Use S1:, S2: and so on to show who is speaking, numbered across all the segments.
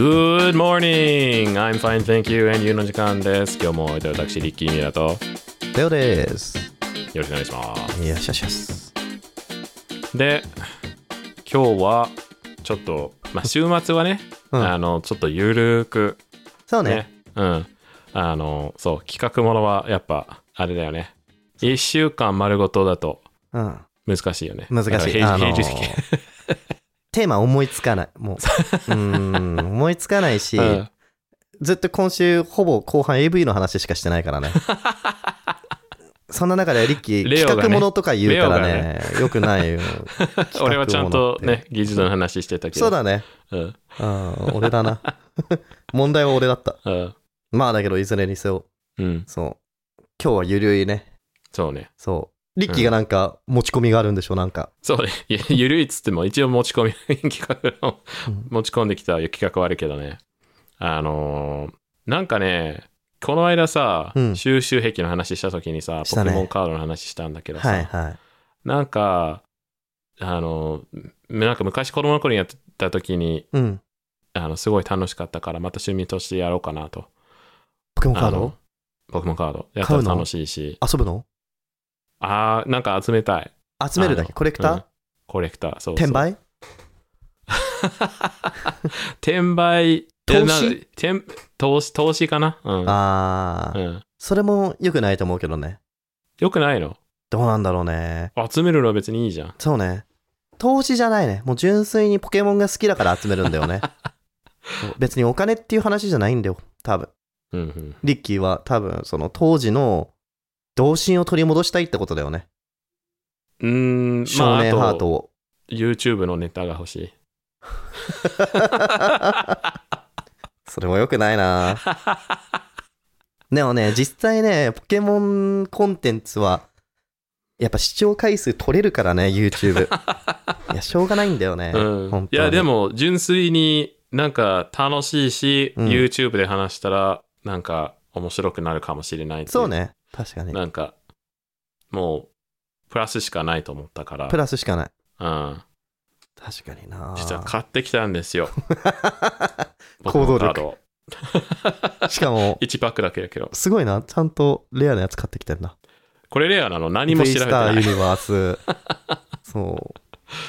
S1: Good morning! I'm fine, thank you, and you の時間です。今日もお相手は私、リッキー・ミラとよ
S2: だよです。
S1: ろしくお願いしま
S2: いや、しゃしゃっす。
S1: す。で、今日はちょっと、まあ、週末はね、
S2: うん
S1: あの、ちょっとゆるーく、
S2: そうね。
S1: ね、うん。あの、そう、企画ものはやっぱ、あれだよね。1週間丸ごとだと
S2: うん。
S1: 難しいよね。
S2: 難しい。
S1: あの平
S2: の
S1: 平日的
S2: テーマ思いつかない。 もう。うーん。思いつか ないし、
S1: うん
S2: ずっと今週、ほぼ後半 AV の話しかしてないか らね。そんな中でリッキー、
S1: レオがね。
S2: 企画ものとか言うからね、よくないよ
S1: 俺はちゃんとね、
S2: 企
S1: 技術の話してたけど。
S2: 画ものって。そうだね。
S1: うん。
S2: うん、俺だ な。問題は俺だった。
S1: うん。
S2: まあだけど、いずれにせよ、
S1: うん。
S2: そう。今日はゆるいね。
S1: そうね。
S2: そう。リッキーがなんか持ち込みがあるんでしょ、なんか。
S1: そうね。 いやゆるいっつっても、一応持ち込み、 企画の、
S2: うん
S1: 持ち込んできた企画はあるけどね。あのーなんかね、この間さ、
S2: うん
S1: 収集癖の話した時にさ、
S2: し
S1: ポ
S2: たね
S1: ケモンカードの話したんだけどさ、
S2: はいはい。
S1: なんか、あのーなんか昔子供の頃にやってた時に、
S2: うん。
S1: あの、すごい楽しかったから、また趣味としてやろうかなと。
S2: ポケモンカー
S1: あ
S2: ド
S1: のポケモンカード。やったら
S2: 買うの
S1: 楽しいし。
S2: 遊ぶの
S1: あー、なんか集めたい。
S2: 集めるだ
S1: あ
S2: け
S1: の
S2: コレクター、
S1: うんコレクター。そうそう
S2: 転売
S1: 転売
S2: 投資
S1: えなんか転投資投資かなうん
S2: ああ、
S1: うん
S2: それも良くないと思うけどね。
S1: よくないの
S2: どうなんだろうね。
S1: 集めるのは別にいいじゃん
S2: そうね。投資じゃないね。もう純粋にポケモンが好きだから集めるんだよ ね。そう別にお金っていう話じゃないんだよ。多分。
S1: うんうん
S2: リッキーは多分その当時の童心を取り戻したいってことだよね。
S1: うーん
S2: 少
S1: ま
S2: 年
S1: あ
S2: ハ
S1: あ
S2: ート
S1: と
S2: を。
S1: YouTube のネタが欲しい
S2: それも良くない なでもね、実際ね、ポケモンコンテンツは、やっぱ視聴回数取れるからね、YouTube。いや、しょうがないんだよね。
S1: うん
S2: 本当
S1: い
S2: に
S1: やで、も純粋になんか楽しいし、
S2: うん
S1: YouTube で話したらなんか面白くなるかもしれないってい
S2: そうね。確かに。
S1: なんかもうプラスしかないと思ったから
S2: プラスしかない。
S1: うん
S2: 確かにな
S1: 実は買ってきたんですよ
S2: 行動力
S1: 僕のカードを
S2: しかも、
S1: 1パックだけだけど
S2: すごいな。ちゃんとレアなやつ買ってきてんな。
S1: これレアなの何も調べて
S2: プレイスタ
S1: な
S2: ーユ
S1: い。
S2: ニバース。 そ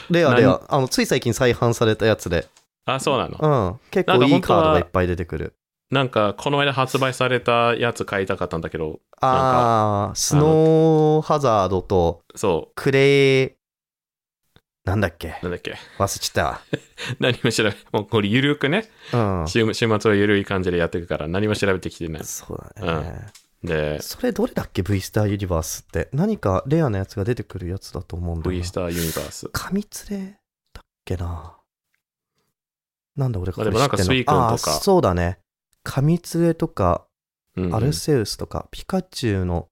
S2: う。レアレア。あの、つい最近再販されたやつで。
S1: あ、そうなの。
S2: うん。結構いいカードがいっぱい出てくる。
S1: なんか、この間発売されたやつ買いたかったんだけど、
S2: ああ、スノーハザードと
S1: そ
S2: クレイ、なんだっけ
S1: う、なんだっけ。
S2: 忘れちゃっ
S1: 何も調べ、もうこれゆるくね、
S2: た。うん。
S1: 週週末はゆるい感じでやっていくから、何も調べてきてない。
S2: そうだね。
S1: で、
S2: それどれだっけ ?V スターユニバースって。何かレアなやつが出てくるやつだと思うんだよ
S1: V
S2: な
S1: ス。ターユニバース。
S2: 紙連れだっけな。なんだ俺これ知
S1: まあ
S2: っ
S1: でも
S2: て
S1: なんかスイ君と
S2: ん
S1: か
S2: のあーそうだね。紙連れとか、
S1: うんうん
S2: アルセウスとか、ピカチュウの、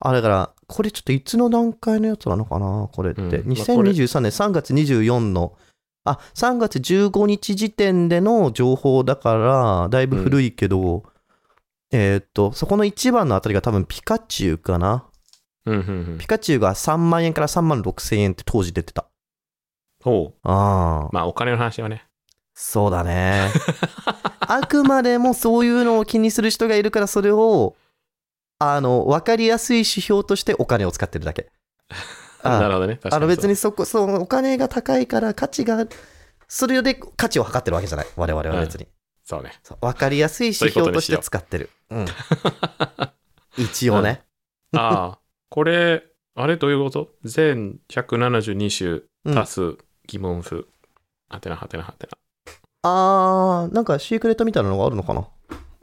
S2: あ、だから、これちょっといつの段階のやつなのかな、これって。
S1: うんまあこれ
S2: 2023年3月24の、あ、3月15日時点での情報だから、だいぶ古いけど、えーっと、そこの1番のあたりが多分ピカチュウかな。
S1: うんうんうん
S2: ピ。カチュウが3万円から3万6千円って当時出てた。
S1: ほう。
S2: ああ、
S1: まあ、お金の話はね。
S2: そうだね。あくまでもそういうのを気にする人がいるから、それを、あの、わかりやすい指標としてお金を使ってるだけ。あ
S1: なるほどね。確か
S2: あの別
S1: に
S2: にそこ、そう、お金が高いから価値が、それで価値を測ってるわけじゃない。我々は別に。
S1: そう。そうね。
S2: そうわかりやすい指標として使ってる。 うん一応ね。
S1: ああ、これ、あれどういうこと全172
S2: うん
S1: 種足す疑問符。はてなはてなはてな。
S2: あー、なんかシークレットみたいなのがあるのかな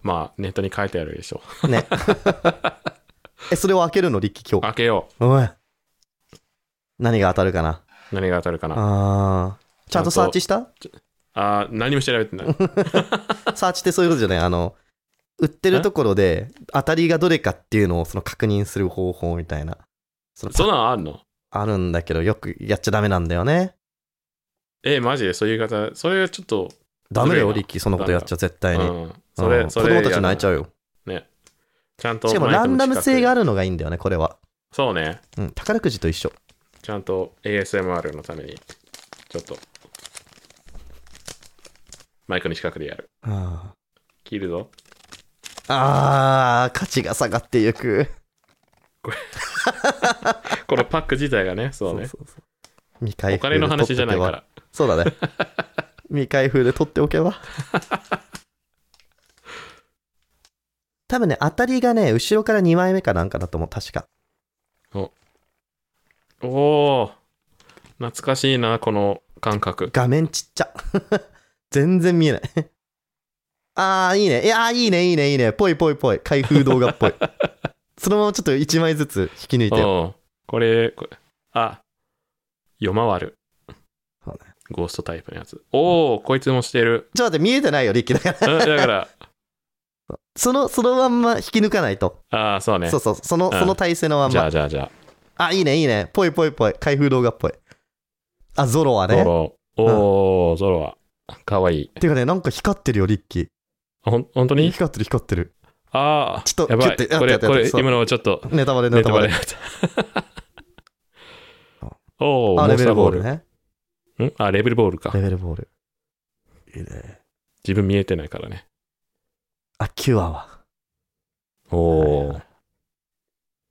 S1: まあ、ネットに書いてあるでしょ。
S2: ね。え、それを開けるの、力今日。
S1: 開けよ
S2: おい。何が当たるかな
S1: う。何が当たるかな。
S2: あーちゃんとサーチした
S1: あー何も調べて ない。
S2: サーチってそういうことじゃないあの、売ってるところで当たりがどれかっていうのをその確認する方法みたいな。その
S1: そんなのあんの
S2: あるんだけど、よくやっちゃダメなんだよね。
S1: え、マジでそういう言い方、それちょっと、
S2: ダメだよ、
S1: ずるいな
S2: リッキー、そんなことやっちゃ絶
S1: う
S2: 対に。うん
S1: ん、それ、
S2: 子
S1: それ、
S2: 供たち泣いちゃ
S1: う。
S2: うよ。
S1: ちゃんと、
S2: しかもランダム性があ
S1: る。
S2: るのがいいんだよね、これは。
S1: そうね。
S2: うん、宝くじと一緒。
S1: ちゃんと ASMR のために、ちょっと、マイクの近くでやる。
S2: あ
S1: 切るぞ。
S2: ーあー、価値が下がっていく。
S1: このパック自体がね、そうね。
S2: そうそう未開
S1: お金の話じゃないから。
S2: そう だね。未開封で取っておけば。多分ね、当たりがね、後ろから2枚目かなんかだと思う、確か。
S1: おお懐かしいな、この感覚。
S2: 画面ちっちゃ。 全然見えない。 あー、いいね。いやー、いいね、いいね、いいね。ぽいぽいぽい。開封動画っぽい。 そのままちょっと1枚ずつ引き抜いてよ。
S1: おーこれ、これあ、夜回る
S2: そうね。
S1: ゴーストタイプのやつ。おおこいつもして る。
S2: ちょっと待って、見えてないよ、力だから。
S1: うんだから、
S2: その、そのまんま引き抜かないと。
S1: ああ、そうね
S2: そう。そう、そ
S1: う
S2: の、
S1: ん
S2: その体勢のまん
S1: じゃ
S2: ま
S1: あ。じゃあじゃ
S2: あ、いいね、いいね。ぽいぽいぽい。開封動画っぽい。あ、ゾロは
S1: あ。
S2: ね。
S1: ゾ
S2: っ
S1: ロ。おお、ゾロは。かわいい。
S2: ていうかね、なんか光ってるよ、リッキー。
S1: あほん本当に
S2: 光ってる、光ってる。
S1: ああ。
S2: ちょっと
S1: やばい。
S2: キュッてや
S1: こ
S2: った
S1: れ、
S2: やったや
S1: こ
S2: った
S1: れ、
S2: そう
S1: 今のはちょっと、
S2: ネタバレ、ネ
S1: ネ
S2: タ
S1: タ
S2: バ
S1: バ
S2: レ
S1: レ。 おお、
S2: あ、
S1: モ
S2: レ
S1: ンス
S2: ベ
S1: タ
S2: ル
S1: ーボ
S2: ボ
S1: ー
S2: ー
S1: ル
S2: ル。ね。
S1: んあ、レベルボールか
S2: レ。ベルボール。いいね。
S1: 自分見えてないからね。
S2: あ、キュアは。
S1: おお。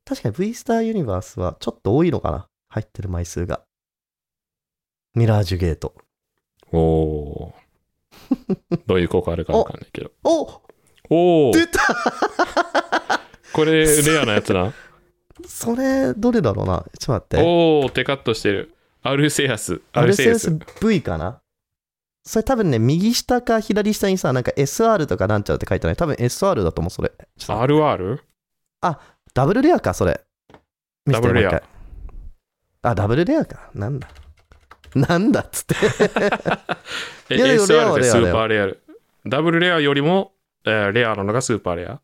S2: 確かに V スターユニバースはちょっと多いのかな。入ってる枚数が。ミラージュゲート。
S1: おお。 どういう効果あるかわかんないけど。
S2: お
S1: おお。
S2: 出た
S1: これ、レアなやつ な。
S2: それ、どれだろうな。ちょっと待って。
S1: おお、テカッとしてる。アルセアス。
S2: ア
S1: ア
S2: ル
S1: ル
S2: セ
S1: セ
S2: ウ
S1: ウ
S2: ス
S1: ス。
S2: V かなそれ多分ね、右下か左下にさ、なんか SR とかなんちゃらって書いてない。多分 SR だと思う、それ。ちょっと
S1: RR?
S2: ダブルレアか、それ。見せて
S1: ダブルレア
S2: もう一回あ、ダブルレアか。なんだ。なんだっつって。
S1: え、
S2: いやいや
S1: SR
S2: レアは
S1: で
S2: レア
S1: ス
S2: だよ
S1: ーパーレアル。ダブルレアよりも、えーレアなのがスーパーレア。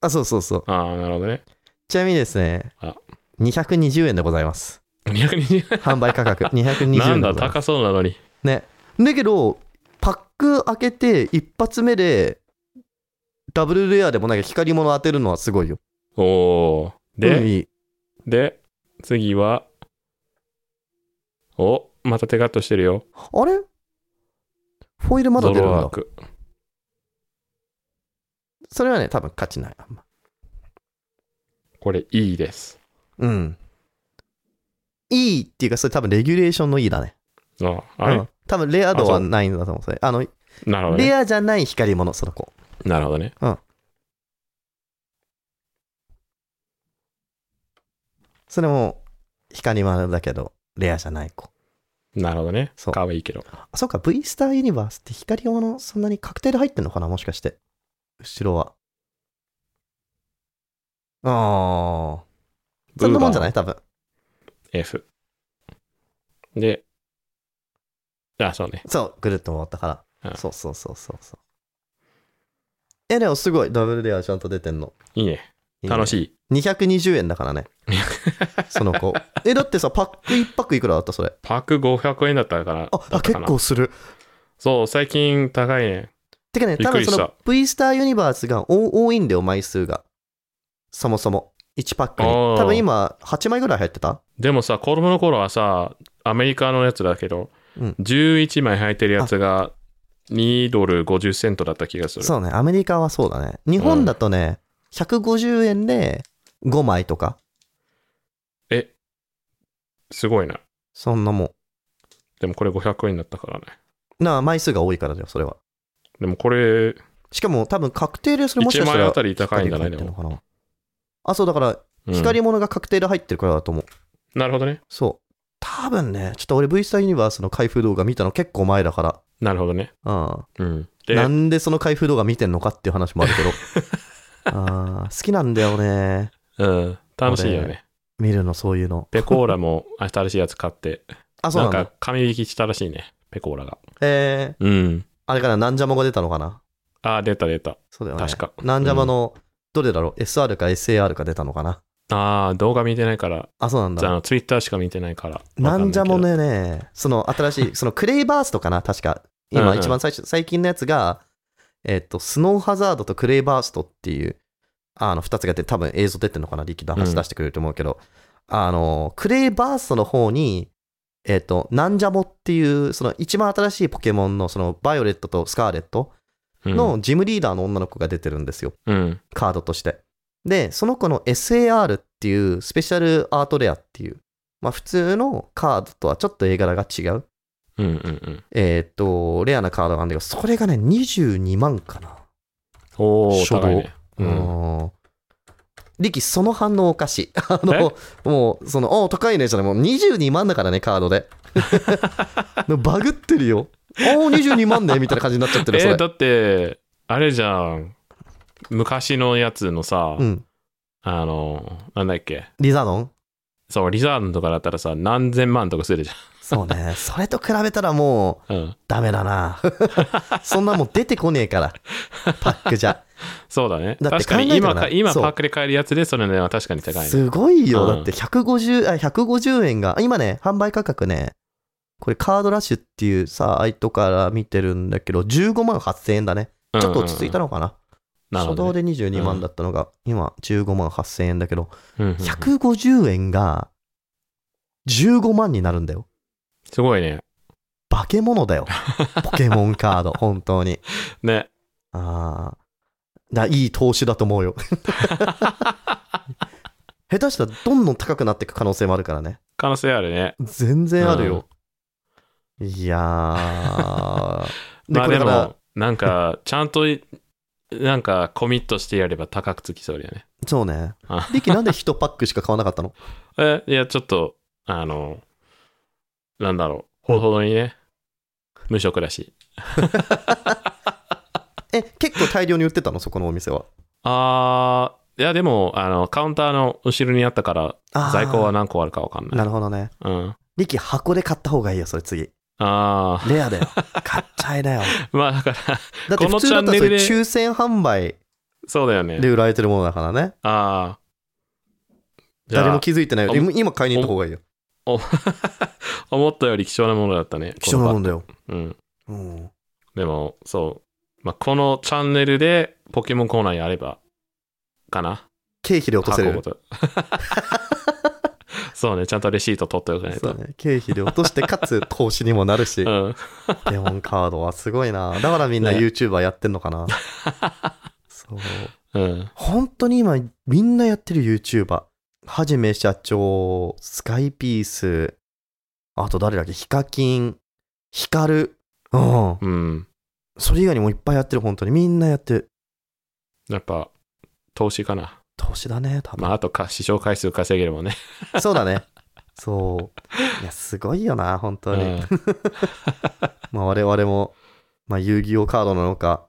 S2: あ、そうそうそう。
S1: ああ、なるほどね。
S2: ちなみにですね
S1: あ、
S2: 220円でございます。
S1: 220
S2: 販売価格 220円でござ
S1: ないんだ、
S2: ます。
S1: 高そうなのに。
S2: ね。だけど、パック開けて一発目で、ダブルレアでもなんか光り物当てるのはすごいよ。
S1: おお。で、
S2: うんいい
S1: で、次は、お、またテカッとしてるよ。
S2: あれフォイルまだ
S1: ゾ
S2: 出るん
S1: ロワー
S2: だ。
S1: ク。
S2: それはね、多分勝ちない。あんま
S1: これ、いいです。
S2: うん。いいっていうか、それ多分レギュレーションのいいだね。
S1: ああれ、
S2: うん、多分レア度
S1: あ
S2: は
S1: そう
S2: ないんだと思う。それあの、
S1: なるほど
S2: レ
S1: ね。
S2: アじゃない光り物、その子。
S1: なるほどね。
S2: それも光り物だけど、レアじゃない子。
S1: なるほどね。
S2: そう
S1: かわいいけど。
S2: あ、そっか、V スターユニバースって光り物、そんなに確定で入ってんのかなもしかして。後ろは。ああ。そんなもんじゃない多分。
S1: F。で、あ、そうね。
S2: そう、ぐるっと回ったから。
S1: うん
S2: そうそうそうそうそう。え、でもすごい、ダブルレアちゃんと出てんの。
S1: いいね。楽し
S2: い
S1: い。
S2: いね。220円だからね。その子。え、だってさ、パック1泊いくらだったそれ。
S1: パック500円だったから。だ
S2: あ、あ
S1: ったか
S2: 結
S1: な
S2: 構する。
S1: そう、最近高いね。
S2: てかね、多
S1: びっく
S2: 分
S1: りした
S2: その V スターユニバースが多多いんだよ、枚数が。そもそも。1パックに。
S1: あー
S2: 多分今、8枚ぐらい入ってた
S1: でもさ、子供の頃はさ、アメリカのやつだけど、
S2: うん
S1: 11枚入ってるやつが2ドル50セントだった気がする。
S2: そうね、アメリカはそうだね。日本だとね、150円で5枚とか。
S1: え、すごいな。
S2: そんなもん。
S1: でもこれ500円だったからね。
S2: なあ、枚数が多いからだよ、それは。
S1: でもこれ、
S2: しかも多分確定でそれもし
S1: 1
S2: かした
S1: 枚
S2: ら
S1: あたり高いんだね、
S2: 光
S1: で
S2: が入ってん
S1: も。
S2: のかなあ、そうだから、
S1: うん
S2: 光り物が確定で入ってるからだと思う。
S1: なるほどね。
S2: そう。多分ね、ちょっと俺 V スターユニバースの開封動画見たの結構前だから。
S1: なるほどね。
S2: うん。
S1: うん。
S2: な
S1: で、
S2: んでその開封動画見てんのかっていう話もあるけ ど。あー好きなんだよね。
S1: うん、楽しいよ
S2: こ
S1: ね。
S2: 見るの、そういうの。
S1: ペコーラも新しいやつ買って、
S2: あ、そう
S1: な
S2: なんんだ。
S1: か紙引きしたらしいね、ペコーラが。
S2: えー、
S1: うん。
S2: あれかな、なんじゃまが出たのかな。
S1: あー、出た出た。
S2: そうだよね。
S1: 確か
S2: なんじゃまの、どれだろう、?SR か SAR か出たのかな。
S1: あー、動画見てないから、
S2: あ、そうなん
S1: あ
S2: だ。
S1: のツイッターしか見てないから。
S2: なんじゃも
S1: ね。
S2: ねね、その新 しい、そのクレイバーストかな、確か。
S1: うんう
S2: 今、
S1: ん
S2: 一番最初、最近のやつが、えっと、スノーハザードとクレイバーストっていう、あの、二つが出て、多分映像出てるのかな、力の話出してくれると思うけど、あの、クレイバーストの方に、えっ、と、なんじゃもっていう、その一番新しいポケモンの、その、バイオレットとスカーレット
S1: うん、
S2: のジムリーダーの女の子が出てるんですよ。
S1: うん。
S2: カードとして。で、その子の SAR っていう、スペシャルアートレアっていう、まあ普通のカードとはちょっと絵柄が違う、
S1: うんうんうん。
S2: えっ、と、レアなカードなんだけど、それがね、22万かな。
S1: おー、
S2: 初動
S1: 高いね。
S2: う
S1: うん。
S2: ん。リキ、その反応おかしい。 あの、もう、その、おー高いね、じゃない、もう22万だからね、カー ドで。バグってるよ。おー、22万ね、みたいな感じになっちゃっ て
S1: え
S2: る、それ。
S1: だって、あれじゃん。昔のやつのさ、
S2: うん。
S1: あの、なんだっけ。
S2: リザノン
S1: そう、リザードとかだったらさ、何千万とかするじ
S2: そうね。それと比べたらもう、
S1: ゃん。うん。
S2: ダメだな そんなもん出てこねえからパックじゃ
S1: そうだね。
S2: だって
S1: 確かに
S2: 考
S1: 今
S2: えたら
S1: か、今
S2: そう
S1: パークで買えるやつで、それね、確かに 高いね。
S2: すごいよ
S1: うん
S2: だって150あ150円が今ね販売価格ねこれカードラッシュっていうさアイトから見てるんだけど15万8000円だねちょっと落ち着いた
S1: の。
S2: のかな,、
S1: なるほ
S2: 初
S1: ど
S2: 動
S1: ね。
S2: で22万だったのが、今15万8000円だけど
S1: うんうんうん
S2: 150円が15万になるんだよ
S1: すごいね。
S2: 化け物だよポケモンカード本当に
S1: ね。
S2: ああ。だいい投資だと思うよ。 下手したらどんどん高くなっていく可能性もあるからね。
S1: 可能性あるね。
S2: 全然あるよ。いや ー。
S1: まあで
S2: これから
S1: も、なんか、ちゃんと、なんか、コミットしてやれば高くつきそうだよね。
S2: そうね
S1: あ。
S2: リキなんで1パックしか買わなかったの
S1: え、いや、ちょっと、あの、なんだろう、ほどほどにね、無職だし。
S2: え、結構大量に売ってたのそこのお店は。
S1: あー、いや、でも、あの、カウンターの後ろにあったから、
S2: あー
S1: 在庫は何個あるかわかんな。
S2: ないるほどね。
S1: うん。
S2: リキ箱で買った方がいいよ、それ次。
S1: あ
S2: レアだ よ。買っちゃいなよ。
S1: ー、 まあだから、
S2: だっ
S1: こ
S2: て
S1: の
S2: 普通だった
S1: チャン
S2: らそ
S1: ネルで
S2: れ抽選販売
S1: そうだよね
S2: で。売られてるものだからね。
S1: あー。じゃあ
S2: 誰も気づいてないよ。
S1: あ
S2: 今今買いに行った方がいいよ。
S1: 思ったより貴重なものだったね。
S2: 貴重なも
S1: こ
S2: んだよ。
S1: の場うん。
S2: うん。
S1: でも、そう。まあ、このチャンネルでポケモンコーナーやれば、かな。
S2: 経費で落とせる
S1: 箱。ごと そうね、ちゃんとレシート取っておかない
S2: そ
S1: と。
S2: うね、経費で落として、かつ投資にもなるし
S1: う、ん。
S2: ポケモンカードはすごいな。だからみんな
S1: ね
S2: YouTuber やってんのかな。 そう。
S1: うん。
S2: 本当に今、みんなやってる YouTuber。はじめ社長、スカイピース、あと誰だっけ、ヒカキン、ヒカル。うん。
S1: うん。
S2: それ以外にもいっぱいやってる、本当に。みんなやってる。
S1: やっぱ、投資かな。
S2: 投資だね、多分。
S1: まあ、あとか、視聴回数稼げるもんね。
S2: そうだね。そう。いや、すごいよな、本
S1: う
S2: 当に。
S1: ん。
S2: まあ我々も、まあ遊戯王カードなの か、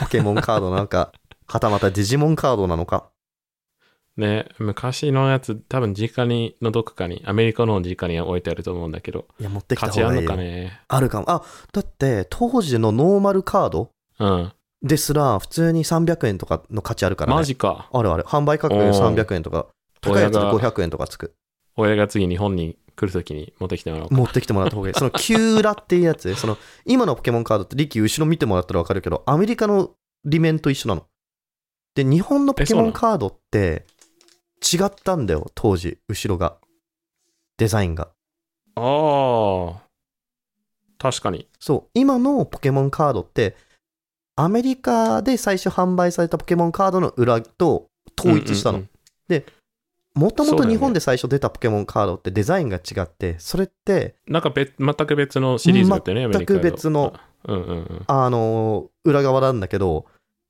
S2: ポケモンカードなのか、はたまたデジモンカードなのか。
S1: ね、昔のやつ、多分、実家に、のどこかに、アメリカの実家に置いてあると思うんだけど、
S2: いや、持ってきた
S1: 価
S2: 方
S1: 値あ
S2: がいい
S1: る
S2: よ
S1: のかね。
S2: あるかも。あ、だって当時のノーマルカード
S1: うん。
S2: ですら、普通に300円とかの価値あるから、ね。
S1: マジか。
S2: あるある。販売価格
S1: お
S2: で
S1: ー
S2: 300円とか、高いやつで
S1: 親が
S2: 500円とかつく。
S1: 親が次日本に来るときに持ってきてもらおうか。
S2: 持ってきてもらった方がいい。そのキューラっていうやつ、その今のポケモンカードって力後ろ見てもらったらわかるけど、アメリカの裏面と一緒なの。で、日本のポケモンカードって違ったんだよ、当時、後ろが。デザインが。
S1: ああ。確かに。
S2: そう、今のポケモンカードって、アメリカで最初販売されたポケモンカードの裏と統一したの
S1: うんうん。
S2: もとも
S1: そうだ
S2: と
S1: よね
S2: 日本で最初出たポケモンカードってデザインが違って、それって、
S1: うんなんか別、全く別のシリーズだったよね、アメリカの
S2: 全く別の。
S1: うんうんうん。
S2: あのー裏側なんだけど、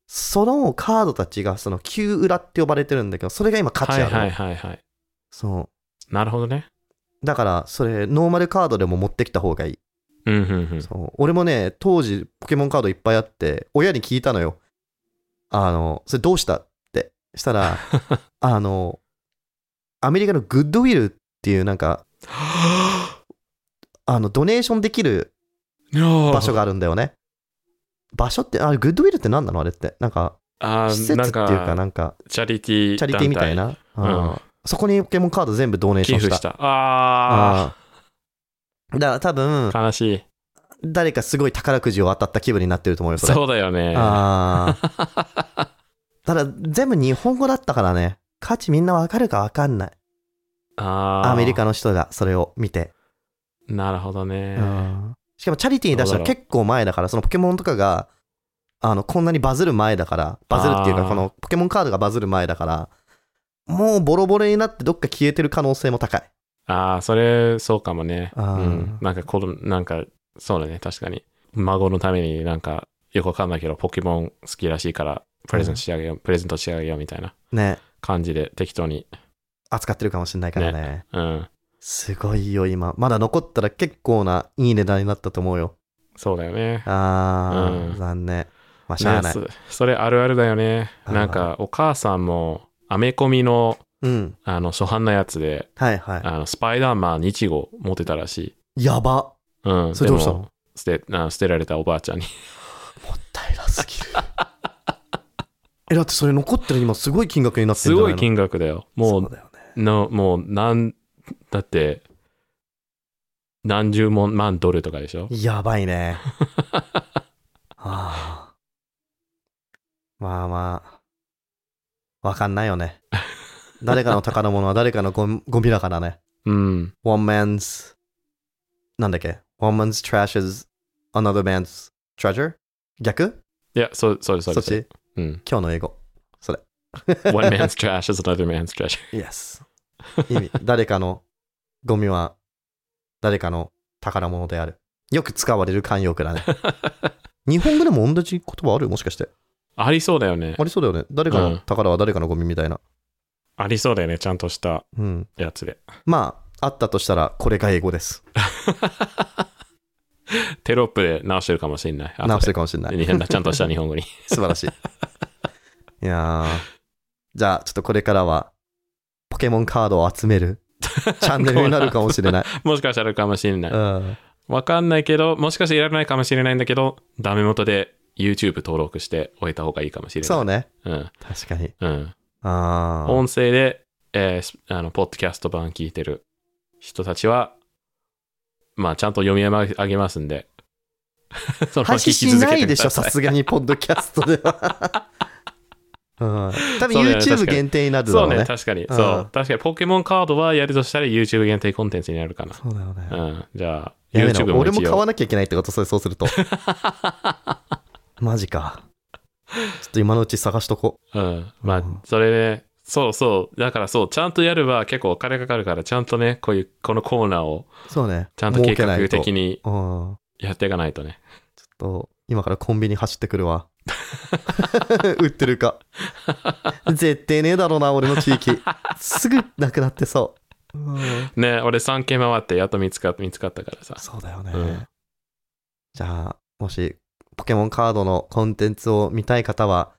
S2: そのカードたちが、その旧裏って呼ばれてるんだけど、それが今価値あるの、
S1: はいはいはいはい。
S2: そ
S1: なるほどね。
S2: う。だから、それ、ノーマルカードでも持ってきた方がいい。
S1: うんうん うん。
S2: そう俺もね、当時、ポケモンカードいっぱいあって、親に聞いたのよ。あの、それどうしたって。し たら、あの、アメリカのグッドウィルっていう、なんか、あの、ドネーションできる場
S1: 場
S2: 所があるんだよね。場所って、あれ、グッドウィルって何なのあれって。なんか、
S1: あー
S2: 施設っていうか、
S1: な
S2: なん
S1: か
S2: んか、
S1: チャリティー
S2: チャリティーみたい
S1: 団
S2: な、
S1: ん
S2: うんそこにポケモンカード全部ドネー
S1: 体
S2: ショ
S1: 寄
S2: ンし
S1: 付
S2: た
S1: したあ
S2: うんだから多分
S1: あ悲しい
S2: 誰かすごい宝くじを当たった気分になってると思うよそれ
S1: そうだよね
S2: ああ ただ全部日本語だったからね価値みんなわかるかわかんない
S1: あー
S2: アメリカの人がそれを見て。
S1: なるほどね、
S2: うんしかもチャリティーに出したの
S1: どうだろ
S2: 結構前だから、そのポケモンとかが、あの、こんなにバズる前だから、バズるっていう
S1: あ
S2: か、
S1: ー
S2: このポケモンカードがバズる前だから、もうボロボロになってどっか消えてる可能性も高い。
S1: ああそれそうかもねう
S2: あー
S1: んなんかこのなんかそうだね確かに孫のためになんかよくわかんないけどポケモン好きらしいからプレゼントしてあげよう、プレゼントしてあげようみたいな
S2: ね。
S1: 感じで適当に
S2: 扱ってるかもしれないからね。
S1: うん
S2: すごいよ、今。まだ残ったら結構ないい値段になったと思うよ。
S1: そうだよね
S2: あー、
S1: うん
S2: 残念。まあ、しゃあない。
S1: ねそそれあるあるだよね
S2: あー
S1: なんかお母さんもアメコミの
S2: うん。
S1: あの初版のやつで
S2: はいは
S1: あのスパイダーマン1号持ってたらしい
S2: い。やば。
S1: うん
S2: それどうしたの
S1: でも捨てあの捨てられたおばあちゃんに
S2: もったいなすぎる。 え、だってそれ残ってる今すごい金額になって
S1: す
S2: るんじゃ
S1: ご
S2: ない
S1: い
S2: の
S1: 金額だよもう
S2: そうだよね。
S1: のもうなんだって何十万万ドルとかでしょ
S2: やばいね。 はあ、まあまあ、わかんないよね。誰かの宝物は誰かのゴミゴミだからね。
S1: うん。
S2: One man's なんだっけ ?One man's trash is another man's treasure? 逆
S1: いや、そう、そうです、そう
S2: そ
S1: で
S2: っ
S1: す。
S2: ち
S1: うん。
S2: 今日の英語。
S1: One man's trash is another man's treasure.
S2: Yes. 意味、誰かのゴミは誰かの宝物である。よく使われる慣用句 だね。日本語でも同じ言葉あるもしかして。
S1: ありそうだよね
S2: あ。りそうだよね。誰か
S1: う
S2: の
S1: ん
S2: 宝は誰かのゴミみたいな。
S1: ありそうだよね、ちゃんとした
S2: うん。
S1: やつで。
S2: まあ、あったとしたら、これが英語です。
S1: テロップで直してるかもしれない。後で
S2: 直してるかもしれない。
S1: いやちゃんとした日本語 に。
S2: 素晴 らしい。いやーじゃあ、ちょっとこれからは、ポケモンカードを集め るチャンネルになるかもしれない。
S1: もしかしたらあるかもしれな
S2: う
S1: い。
S2: ん。
S1: わかんないけど、もしかしていらないかもしれないんだけど、ダメ元で YouTube 登録しておいた方がいいかもしれない。
S2: そうね。
S1: うん。
S2: 確かに。
S1: うん。
S2: あー
S1: 音声で、えーすあの、ポッドキャスト版聞いてる人たちは、まあ、ちゃんと読み上げますんで。 そのまま
S2: 配
S1: 聞
S2: 信
S1: き
S2: し
S1: 続け
S2: な
S1: てく
S2: い
S1: だ
S2: でしょ、
S1: さ
S2: さ
S1: い
S2: すがに、ポッドキャストでは。 うん、多
S1: そ
S2: 分
S1: うだよね確
S2: YouTube
S1: かに
S2: 限定になるだ
S1: そ
S2: ろ
S1: う
S2: うね。
S1: ね、確かに。
S2: う
S1: そ
S2: ん
S1: う。確かに、ポケモンカードはやるとしたら YouTube 限定コンテンツになるかな。
S2: そうだよね。
S1: うん。じゃあ、
S2: やべえな
S1: YouTube も
S2: 俺も
S1: 一
S2: 買わ
S1: 応。
S2: なきゃいけないってことそれそうすると マジかちょっと今のうち探しとこ
S1: うん。ま
S2: う
S1: あ
S2: ん、
S1: それね、そうそう。だからそう、ちゃんとやれば結構お金かかるから、ちゃんとね、こういう、このコーナーを
S2: そうね
S1: ちゃんと計
S2: 儲けない
S1: 画的に
S2: とうん
S1: やっていかないとね。
S2: ちょっと今からコンビニ走ってくるわ 売ってるか絶対ねえだろうな俺の地域すぐなくなってそう、うん
S1: ね、俺3軒回ってやっと見つか見つかったからさ。
S2: そうだよね、
S1: うん
S2: じゃあもしポケモンカードのコンテンツを見たい方は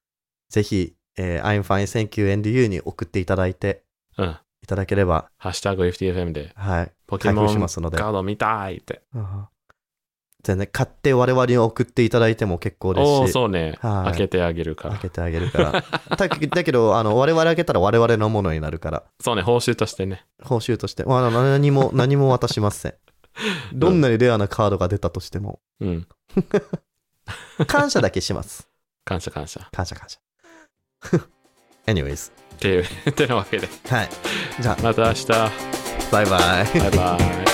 S2: ぜひ、えー I'm fine, thank you and you に送っていただいて
S1: うん。
S2: いただければ
S1: ハッシュタグ FTFM で、
S2: はい
S1: ポケモン
S2: 開封し
S1: カ
S2: ますので
S1: ード見たいって。
S2: 全然買って我々に送っていただいても結構ですし
S1: おおー、そうね。
S2: はい
S1: 開けてあげるか
S2: 開
S1: ら。
S2: けてあげるから だけだけどあの我々開けたら我々のものになるから
S1: そうね、報酬としてね。
S2: 報酬として、まあ、何 も何も渡しませんどんなにレアなカードが出たとしても
S1: うん。
S2: 感謝だけします
S1: 感謝感謝。
S2: 感謝感謝 anyways
S1: っていう、てなわけで。
S2: はいじゃあ
S1: また明日。
S2: バイバイ
S1: バイバイ。